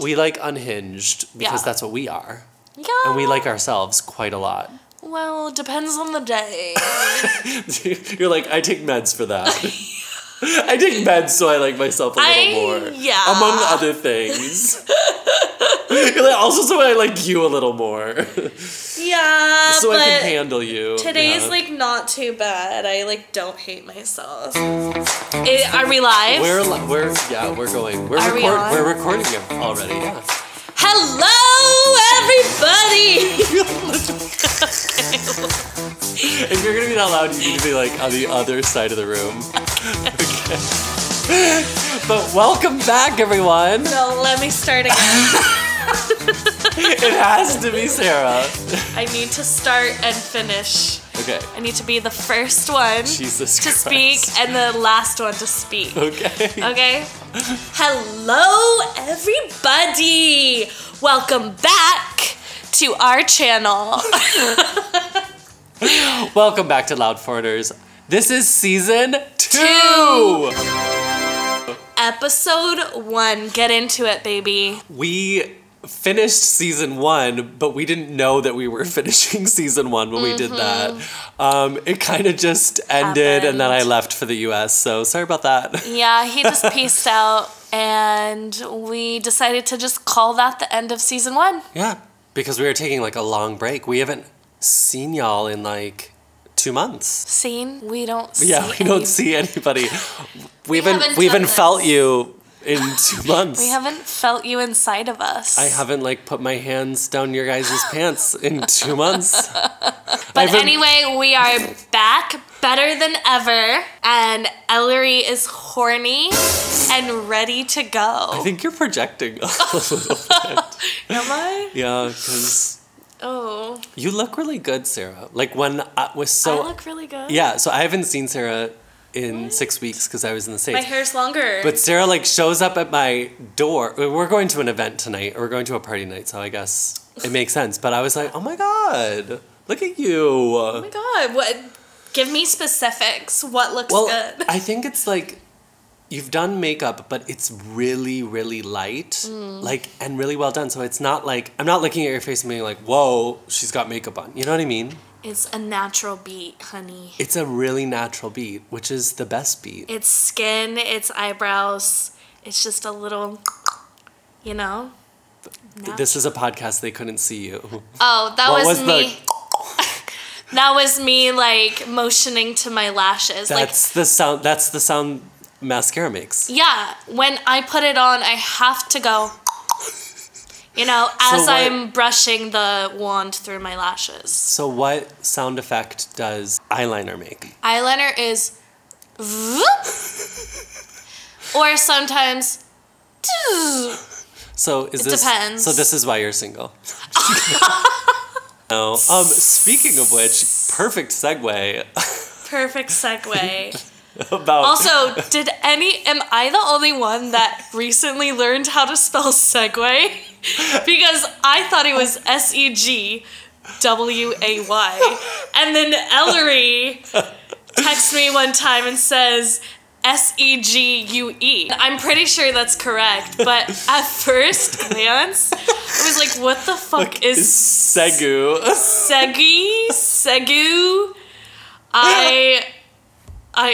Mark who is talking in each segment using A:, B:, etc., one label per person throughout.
A: We like unhinged because
B: Yeah.
A: that's what we are.
B: Yeah.
A: And we like ourselves quite a lot.
B: Well, depends on the day.
A: You're like, I take meds for that. I take meds so I like myself a little
B: I-
A: more.
B: yeah.
A: Among other things. You're like, also so I like you a little more.
B: yeah.
A: so
B: but
A: I can handle you.
B: Today's
A: Yeah.
B: like not too bad. I like don't hate myself. Eh, are we live?
A: We're, li- we're, yeah, we're going. We're,
B: Are we
A: record-
B: on?
A: we're recording it already, yeah.
B: Hello, everybody.
A: If you're gonna be that loud, you need to be like on the other side of the room. Okay. But welcome back, everyone.
B: no, let me start again.
A: It has to be Sarah.
B: I need to start and finish.
A: Okay.
B: I need to be the first one
A: Jesus
B: to
A: Christ.
B: speak and the last one to speak.
A: Okay.
B: Okay. Hello, everybody. Welcome back to our channel.
A: Welcome back to Loud Foreigners. This is season two.
B: Two. Episode one. Get into it, baby.
A: We finished season one, but we didn't know that we were finishing season one when we did that. Um, it kind of just ended, and then I
B: Mm-hmm. Happened.
A: left for the U.S. So sorry about that.
B: Yeah, he just peaced out, and we decided to just call that the end of season one.
A: Yeah, because we were taking like a long break. We haven't seen y'all in like two months.
B: Scene we don't see.
A: Yeah, we don't
B: any-
A: see anybody. We, haven't,
B: haven't
A: we haven't
B: done
A: felt
B: this.
A: you in two months.
B: We haven't felt you inside of us.
A: I haven't like put my hands down your guys' pants in two months.
B: But
A: I've been-
B: anyway, we are back better than ever, and Ellery is horny and ready to
A: I
B: go.
A: think you're projecting.
B: Am I?
A: yeah, because
B: Oh,
A: you look really good, Sarah. Like when I was so
B: I look really good.
A: yeah. So I haven't seen Sarah in six weeks because I was in the states.
B: My hair's longer.
A: But Sarah like shows up at my door. We're going to an event tonight. We're going to a party night, so I guess it makes sense. But I was like, oh my god, look at
B: oh my
A: you.
B: god, what? Give me specifics. What looks
A: Well,
B: good?
A: I think it's like you've done makeup, but it's really, really light,
B: Mm.
A: like and really well done. So it's not like I'm not looking at your face and being like, whoa, she's got makeup on. You know what I mean?
B: It's a natural beat, honey.
A: It's a really natural beat, which is the best beat.
B: It's skin, it's eyebrows, it's just a little, you know? Nat-
A: This is a podcast. They couldn't see you.
B: oh, that
A: What was
B: was,
A: the-
B: me. that was me, like, motioning to my lashes.
A: That's the sound. That's the sound mascara makes.
B: like, yeah, when I put it on, I have to go, you know, as
A: what-
B: I'm brushing the wand through my lashes.
A: So what sound effect does eyeliner make?
B: Eyeliner is. or sometimes.
A: So is this
B: depends.
A: so this is why you're single. no. Um speaking of which, perfect segue
B: Perfect segue.
A: about
B: Also, did any am I the only one that recently learned how to spell segue? Because I thought it was S E G W A Y. And then Ellery texts me one time and says S E G U E. I'm pretty sure that's correct, but at first glance, I was like, what the fuck
A: is
B: is
A: segu.
B: Segi, Segu. I, I,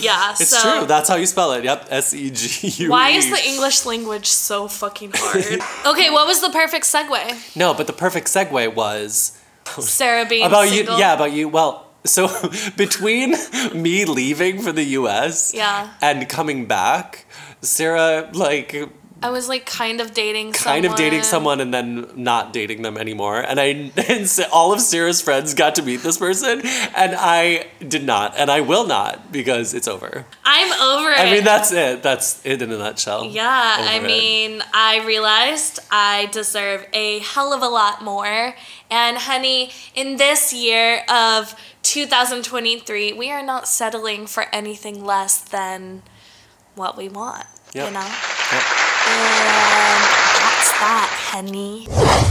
B: yeah.
A: It's
B: so
A: true. That's how you spell it. Yep. S E G U.
B: why is the E English language so fucking hard? okay, what was the perfect segue,
A: No, but the perfect segue was
B: Sarah being
A: about
B: single?
A: you yeah, about you. Well, so between me leaving for the US
B: Yeah.
A: and coming back, Sarah like
B: I was like kind of dating,
A: kind of dating someone and then not dating them anymore. And I and so all of Sarah's friends got to meet this person, and I did not, and I will not because it's over.
B: I'm over it.
A: I mean, that's it. That's it in a nutshell.
B: Yeah,
A: Over
B: I
A: it.
B: mean, I realized I deserve a hell of a lot more. And honey, in this year of 2023, we are not settling for anything less than what we want,
A: Yep.
B: you know?
A: Yep.
B: And that's that, honey.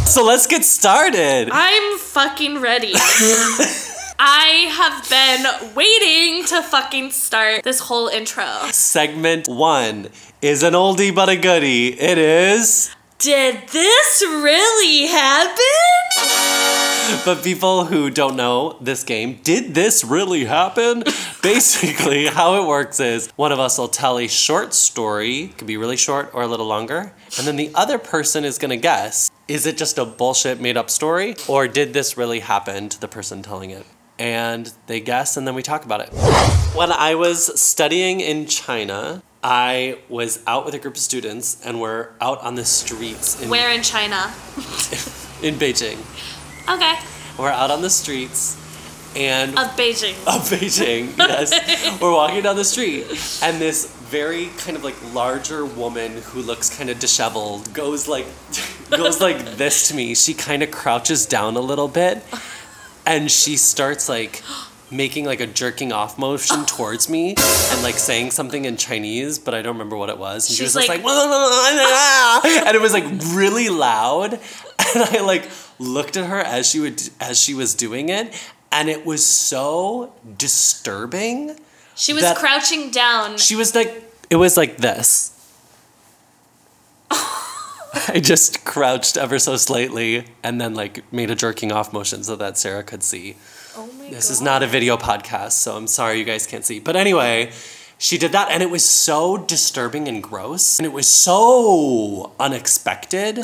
A: So let's get started.
B: I'm fucking ready. I have been waiting to fucking start this whole intro.
A: Segment one is an oldie but a goodie. It is.
B: Did this really happen?
A: But people who don't know this game, did this really happen? Basically, how it works is one of us will tell a short story, it could be really short or a little longer, and then the other person is gonna guess is it just a bullshit made up story or did this really happen to the person telling it? And they guess, and then we talk about it. When I was studying in China, I was out with a group of students and we're out on the streets in,
B: Where in China?
A: in Beijing.
B: Okay.
A: We're out on the streets and
B: Of Beijing.
A: of Beijing, Oh, yes. We're walking down the street and this very kind of like larger woman who looks kind of disheveled goes like goes like this to me. She kind of crouches down a little bit and she starts like making like a jerking off motion towards me and like saying something in Chinese, but I don't remember what it was. And she
B: She's
A: was just
B: like-
A: like, and it was like really loud. And I like looked at her as she would as she was doing it, and it was so disturbing.
B: She was
A: That-
B: crouching down.
A: She was like, it was like this. I just crouched ever so slightly and then like made a jerking off motion so that Sarah could see.
B: Oh my
A: This is not a video podcast, so I'm sorry you guys can't see. But anyway, she did that and it was so disturbing and gross and it was so unexpected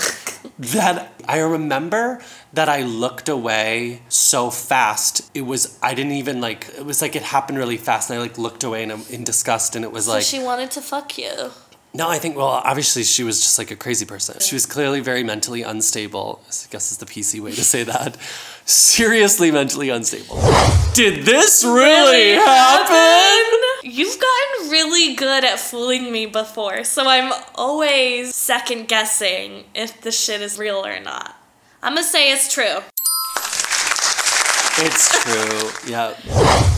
A: that I remember that I looked away so fast. It was I didn't even like it was like it happened really fast and I like looked away in, in disgust and it was like
B: she wanted to fuck you.
A: no, I think, well, obviously she was just like a crazy person. She was clearly very mentally unstable. I guess is the PC way to say that. Seriously mentally unstable. Did this really happen?
B: You've gotten really good at fooling me before, so I'm always second guessing if the shit is real or not. I'm gonna say it's true.
A: It's true. Yeah.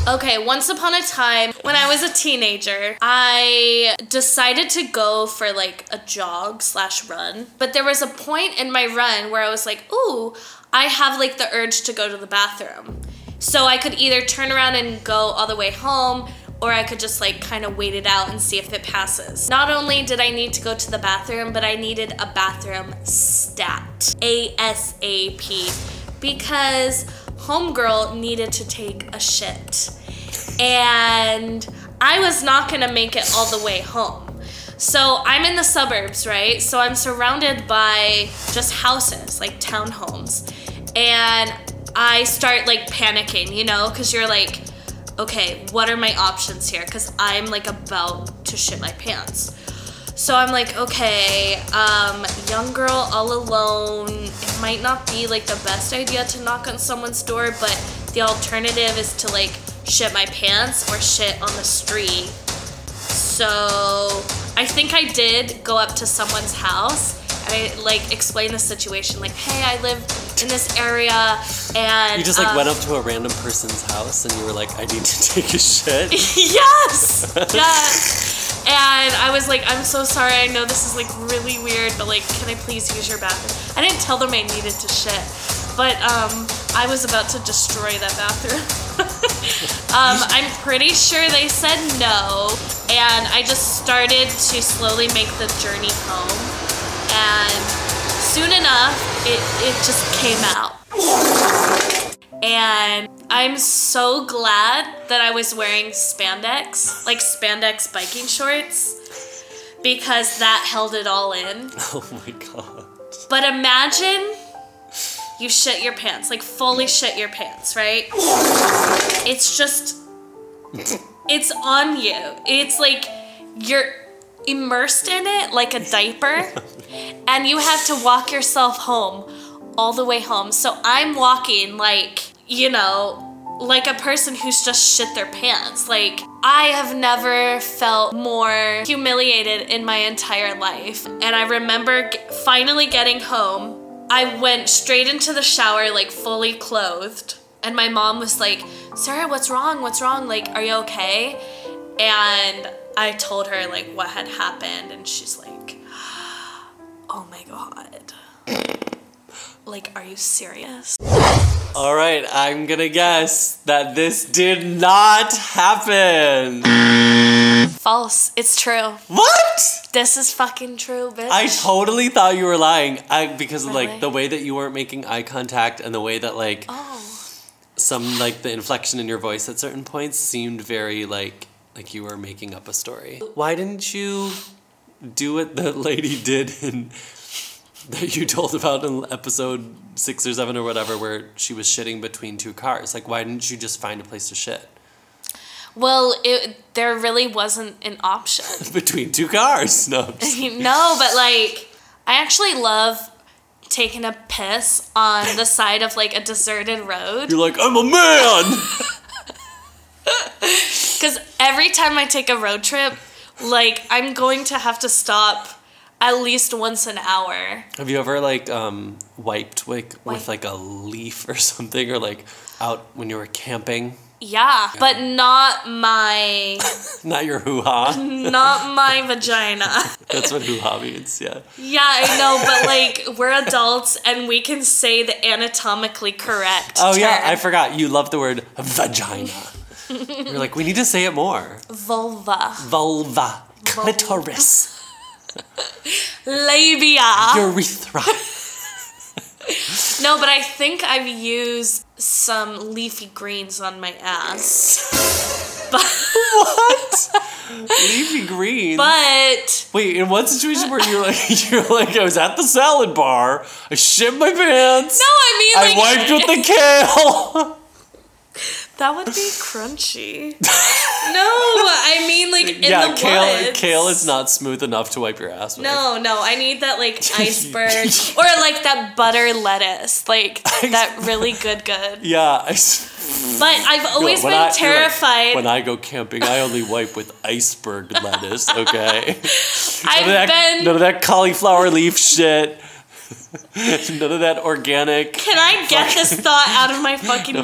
B: Okay, once upon a time, when I was a teenager, I decided to go for like a jog slash run. But there was a point in my run where I was like, ooh, I have like the urge to go to the bathroom. So I could either turn around and go all the way home, or I could just like kind of wait it out and see if it passes. Not only did I need to go to the bathroom, but I needed a bathroom stat. ASAP because homegirl needed to take a shit and i was not going to make it all the way home so i'm in the suburbs right so i'm surrounded by just houses like townhomes and i start like panicking you know because you're like okay what are my options here because i'm like about to shit my pants so I'm like, okay, um, young girl all alone. It might not be like the best idea to knock on someone's door, but the alternative is to like shit my pants or shit on the street. So I think I did go up to someone's house and I like explained the situation, like, hey, I live in this area and
A: You just like
B: um,
A: went up to a random person's house and you were like, I need to take a shit.
B: yes! Yes! And I was like, I'm so sorry. I know this is like really weird, but like, can I please use your bathroom? I didn't tell them I needed to shit, but um, I was about to destroy that bathroom. um, I'm pretty sure they said no, and I just started to slowly make the journey home. And soon enough, it, it just came out. And I'm so glad that I was wearing spandex, like spandex biking shorts, because that held it all in.
A: Oh my god.
B: But imagine you shit your pants, like fully shit your pants, right? It's just, it's on you. It's like you're immersed in it like a diaper, and you have to walk yourself home, all the way home. So I'm walking like, you know, like a person who's just shit their pants. Like, I have never felt more humiliated in my entire life. And I remember g- finally getting home. I went straight into the shower, like fully clothed. And my mom was like, Sarah, what's wrong? What's wrong? Like, are you okay? And I told her, like, what had happened. And she's like, oh my God. like, are you serious?
A: All right, I'm gonna guess that this did not happen.
B: False. It's true.
A: What?
B: This is fucking true, bitch.
A: I totally thought you were lying. I because of like
B: Really?
A: the way that you weren't making eye contact and the way that like
B: oh.
A: some like the inflection in your voice at certain points seemed very like like you were making up a story. Why didn't you do what the lady did in that you told about in episode six or seven or whatever where she was shitting between two cars? Like why didn't you just find a place to shit?
B: Well, it there really wasn't an option.
A: Between two cars. No. I'm just-
B: no, but like I actually love taking a piss on the side of like a deserted road
A: You're like, I'm a man!
B: cuz every time I take a road trip, like I'm going to have to stop at least once an hour.
A: Have you ever like um wiped like with
B: Wipe.
A: like a leaf or something or like out when you were camping?
B: Yeah, but not my
A: Not your hoo ha.
B: not my vagina.
A: That's what hoo ha means, yeah.
B: Yeah, I know, but like we're adults and we can say the anatomically correct.
A: Oh yeah,
B: term.
A: I forgot. You love the word vagina. You're like, we need to say it more.
B: vulva,
A: Vulva, clitoris,
B: labia.
A: urethra.
B: no, but I think I've used some leafy greens on my ass. But,
A: what? Leafy green.
B: but
A: Wait, in what situation were you like? You're like, I was at the salad bar. I shit my pants.
B: no, I mean
A: I
B: like
A: wiped with the kale.
B: that would be crunchy. no, I mean like in
A: yeah,
B: the
A: kale.
B: woods.
A: Kale is not smooth enough to wipe your ass with.
B: No, no, I need that like iceberg or like that butter lettuce, like that really good good.
A: Yeah, I. s-
B: But I've always
A: when
B: been
A: I- you're like,
B: terrified.
A: when I go camping, I only wipe with iceberg lettuce. Okay. None
B: I've
A: of, that,
B: been.
A: none of that cauliflower leaf shit. none of that organic
B: can I get this thought out of my fucking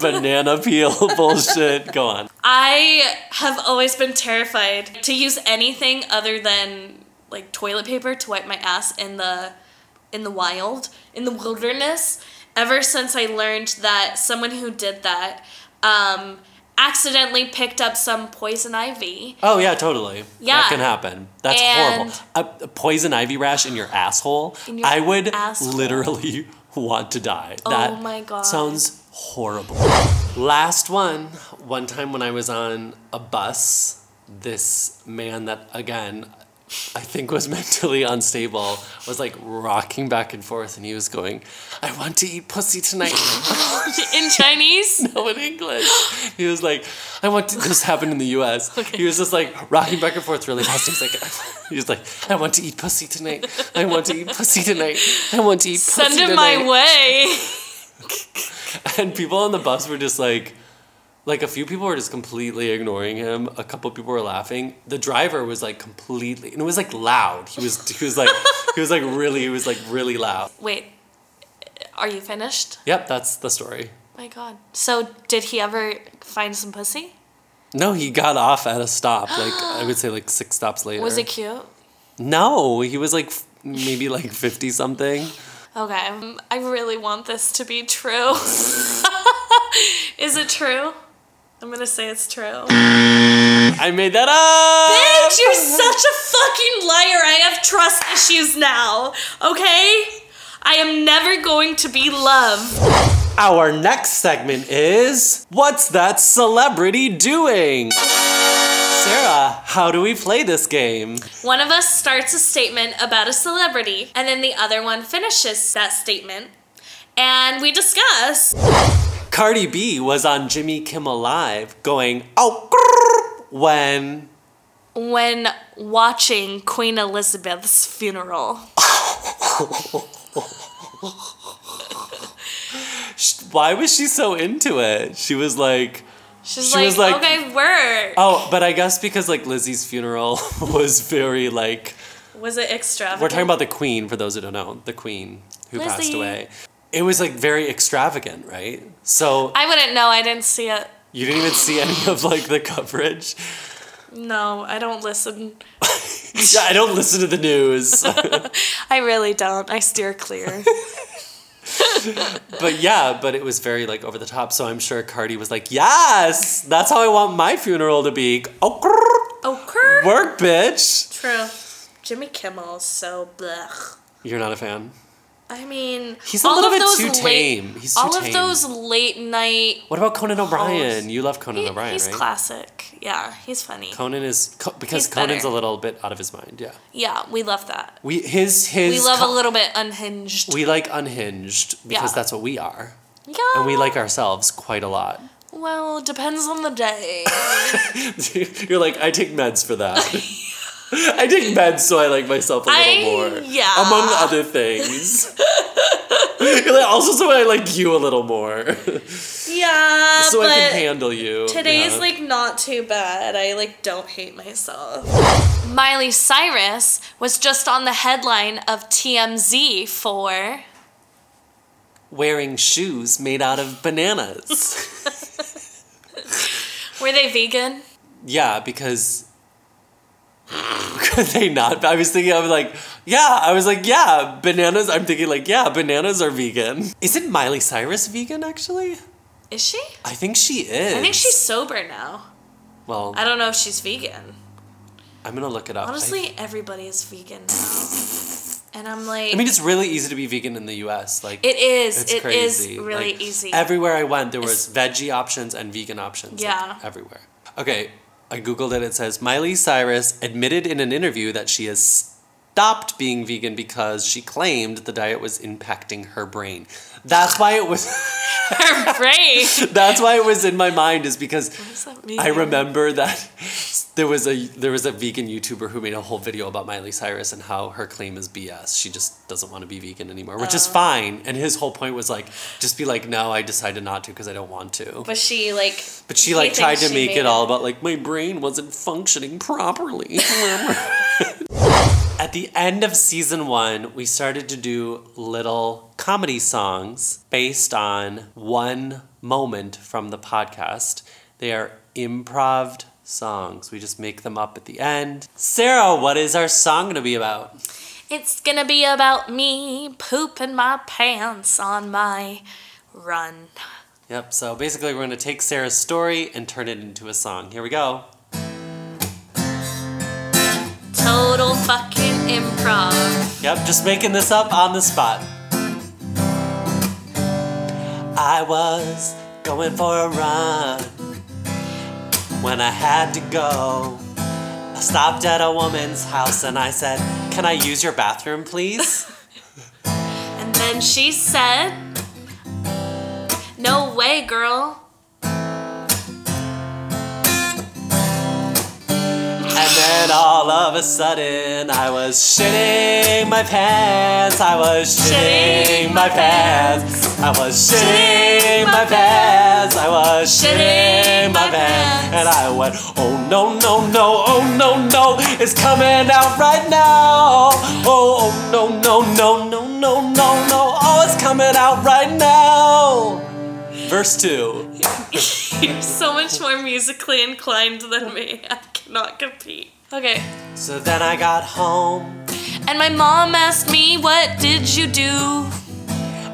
A: fucking banana peel bullshit. Go on.
B: I have always been terrified to use anything other than like toilet paper to wipe my ass in the in the wild, in the wilderness. Ever since I learned that someone who did that um, accidentally picked up some poison ivy.
A: Oh yeah, totally.
B: Yeah.
A: that can happen. That's
B: And-
A: horrible. A, a poison ivy rash in your asshole.
B: In your
A: I would
B: asshole.
A: literally want to die.
B: Oh
A: that
B: my God.
A: sounds horrible. Last one. One time when I was on a bus, this man that again I think was mentally unstable was like rocking back and forth, and he was going, "I want to eat pussy tonight."
B: In Chinese?
A: know in English. He was like, I want to, this happened in the US. He was just like rocking back and forth really fast. He was like, he was like, I want to eat pussy tonight. I want to eat pussy tonight. I want to eat
B: Send
A: pussy
B: him
A: tonight.
B: my way.
A: And people on the bus were just like, like a few people were just completely ignoring him. A couple people were laughing. The driver was like completely, and it was like loud. He was, he was like, he was like really, he was like really loud.
B: Wait, are you finished?
A: Yep, that's the story.
B: My God. So did he ever find some pussy?
A: No, he got off at a stop. Like I would say, like six stops later.
B: Was it cute?
A: No, he was like f- maybe like 50 something.
B: Okay, um, I really want this to be true. Is it true? I'm gonna say it's true.
A: I made that up.
B: Bitch, you're such a fucking liar. I have trust issues now. Okay, I am never going to be loved.
A: Our next segment is What's That Celebrity Doing? Sarah, how do we play this game?
B: One of us starts a statement about a celebrity, and then the other one finishes that statement, and we discuss.
A: Cardi B was on Jimmy Kimmel Live going, oh, grrr," when.
B: when watching Queen Elizabeth's funeral.
A: sh- Why was she so into it? She was like,
B: She's
A: She
B: like,
A: was like-
B: okay, word.
A: oh, but I guess because like Lizzie's funeral was very like
B: Was it extravagant?
A: We're talking about the Queen, for those who don't know, the Queen who passed
B: Lizzie.
A: away. It was like very extravagant, right? So
B: I wouldn't know. I didn't see it.
A: you didn't even see any of like the coverage.
B: No, I don't listen.
A: Yeah, I don't listen to the news.
B: I really don't. I steer clear.
A: but yeah, but it was very like over the top. So I'm sure Cardi was like, "Yes, that's how I want my funeral to be." Oh, grrr,
B: Oh, Kurt.
A: work, bitch.
B: True. Jimmy Kimmel, so blech.
A: You're not a fan.
B: I mean,
A: He's a
B: all
A: little
B: of
A: bit
B: those
A: too
B: late-
A: tame. He's too
B: all
A: tame.
B: of those late night.
A: What about Conan O'Brien?
B: Oh,
A: you love Conan
B: he-
A: O'Brien,
B: he's
A: right?
B: classic. Yeah, he's funny.
A: Conan is co- because
B: He's
A: Conan's
B: better.
A: a little bit out of his mind. Yeah,
B: yeah, we love that.
A: we his his
B: We love
A: co-
B: a little bit unhinged.
A: we like unhinged because
B: Yeah.
A: that's what we are,
B: yeah.
A: and we like ourselves quite a lot.
B: Well, depends on the day.
A: You're like, I take meds for that. I take meds so I like myself a little
B: I-
A: more.
B: yeah.
A: Among other things. You're like, also so I like you a little more.
B: yeah,
A: so I
B: but
A: can handle you.
B: today's
A: Yeah.
B: like not too bad. I like don't hate myself. Miley Cyrus was just on the headline of TMZ for
A: wearing shoes made out of bananas.
B: Were they vegan?
A: yeah, because could they not? I was thinking, I was like, yeah, I was like, yeah, bananas. I'm thinking, like, yeah, bananas are vegan. Isn't Miley Cyrus vegan, actually?
B: Is she?
A: I think she is.
B: I think she's sober now.
A: Well,
B: I don't know if she's vegan.
A: I'm gonna look it up. I-
B: Honestly, everybody is vegan now. And I'm like
A: I mean, it's really easy to be vegan in the U.S. Like
B: it is
A: it's
B: it is
A: crazy.
B: really
A: Like,
B: easy.
A: Everywhere I went, there was veggie options and vegan options. like,
B: Yeah.
A: everywhere. Okay, I googled it. It says Miley Cyrus admitted in an interview that she has stopped being vegan because she claimed the diet was impacting her brain. That's why it was.
B: Her brain.
A: that's why it was in my mind is because
B: Does that mean-
A: I remember that there was a there was a vegan YouTuber who made a whole video about Miley Cyrus and how her claim is BS. She just doesn't want to be vegan anymore, which is fine. And his whole point was like, just be like, no, I decided not to because I don't want to.
B: But she like
A: But she
B: he
A: like tried to
B: thinks she
A: make
B: made
A: it all about like my brain wasn't functioning properly. At the end of season one, we started to do little comedy songs based on one moment from the podcast. They are improv songs. We just make them up at the end. Sarah, what is our song going to be about?
B: It's gonna be about me pooping my pants on my run.
A: Yep, so basically, we're going to take Sarah's story and turn it into a song. Here we go.
B: Total fucking improv.
A: Yep, just making this up on the spot. I was going for a run when I had to go. I stopped at a woman's house and I said, Can I use your bathroom, please?
B: And then she said, No way, girl.
A: And then all of a sudden, I was shitting my pants. I was shitting my pants. I was shitting my pants. I was shitting my pants. And I went, oh no, no, no, oh no, no, it's coming out right now. Oh, oh no, no, no, no, no, no, no, oh, it's coming out right now. Verse two.
B: You're so much more musically inclined than me. I cannot compete. Okay.
A: So then I got home.
B: And my mom asked me, What did you do?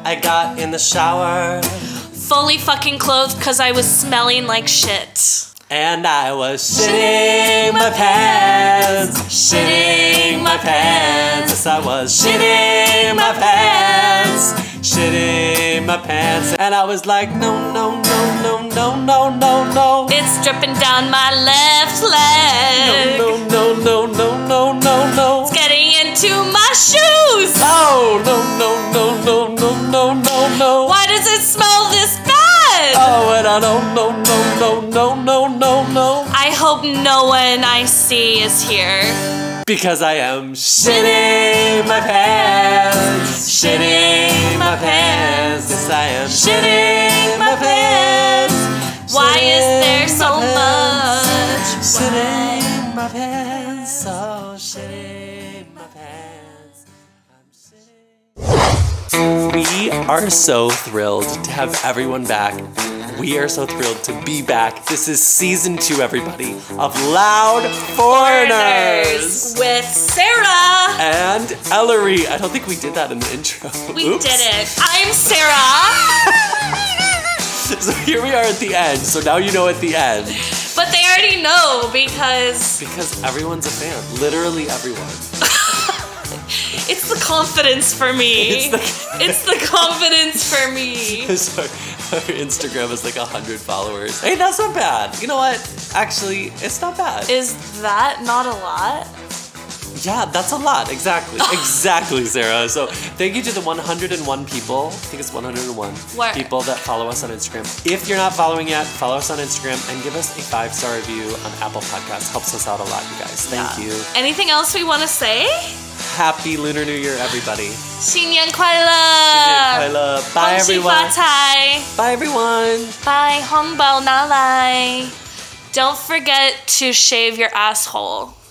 A: I got in the shower.
B: Fully fucking clothed because I was smelling like shit.
A: And I was shitting my pants, shitting my pants. Yes, I was shitting my pants, shitting my pants. And I was like, no, no, no, no, no, no, no, no.
B: It's dripping down my left leg.
A: No, no, no, no, no, no, no.
B: It's getting into my shoes.
A: Oh, no, no, no, no, no, no, no, no.
B: Why does it smell this bad?
A: Oh, and I don't, no, no, no, no, no, no, no.
B: I hope no one I see is here.
A: Because I am shitting my pants, shitting my pants. Yes, I am shitting my pants.
B: Why is
A: shitting
B: there so
A: my pants, Shitting
B: much? Why?
A: my pants, oh, shitting my pants. I'm shitting. We are so thrilled to have everyone back We are so thrilled to be back. This is season two, everybody, of Loud Foreigners.
B: with Sarah.
A: And Ellery. I don't think we did that in the intro.
B: We
A: Oops.
B: did it. I'm Sarah.
A: So here we are at the end. So now you know at the end.
B: but they already know because
A: Because everyone's a fan. Literally everyone.
B: it's the confidence for me.
A: It's the-
B: It's the confidence for me.
A: Because our, our Instagram is like 100 followers. Hey, that's not bad. You know what? Actually, it's not bad.
B: Is that not a lot?
A: yeah, that's a lot. Exactly. exactly, Sarah. So thank you to the 101 people. I think it's 101
B: Word.
A: people that follow us on Instagram. If you're not following yet, follow us on Instagram and give us a five star review on Apple Podcasts. Helps us out a lot, you guys. Thank you.
B: Anything else we want to say?
A: Happy Lunar New Year, everybody.
B: 新年快乐！
A: 快乐. Bye, everyone. Bye, everyone.
B: 恭喜发财！拜，红包拿来！Don't forget to shave your asshole.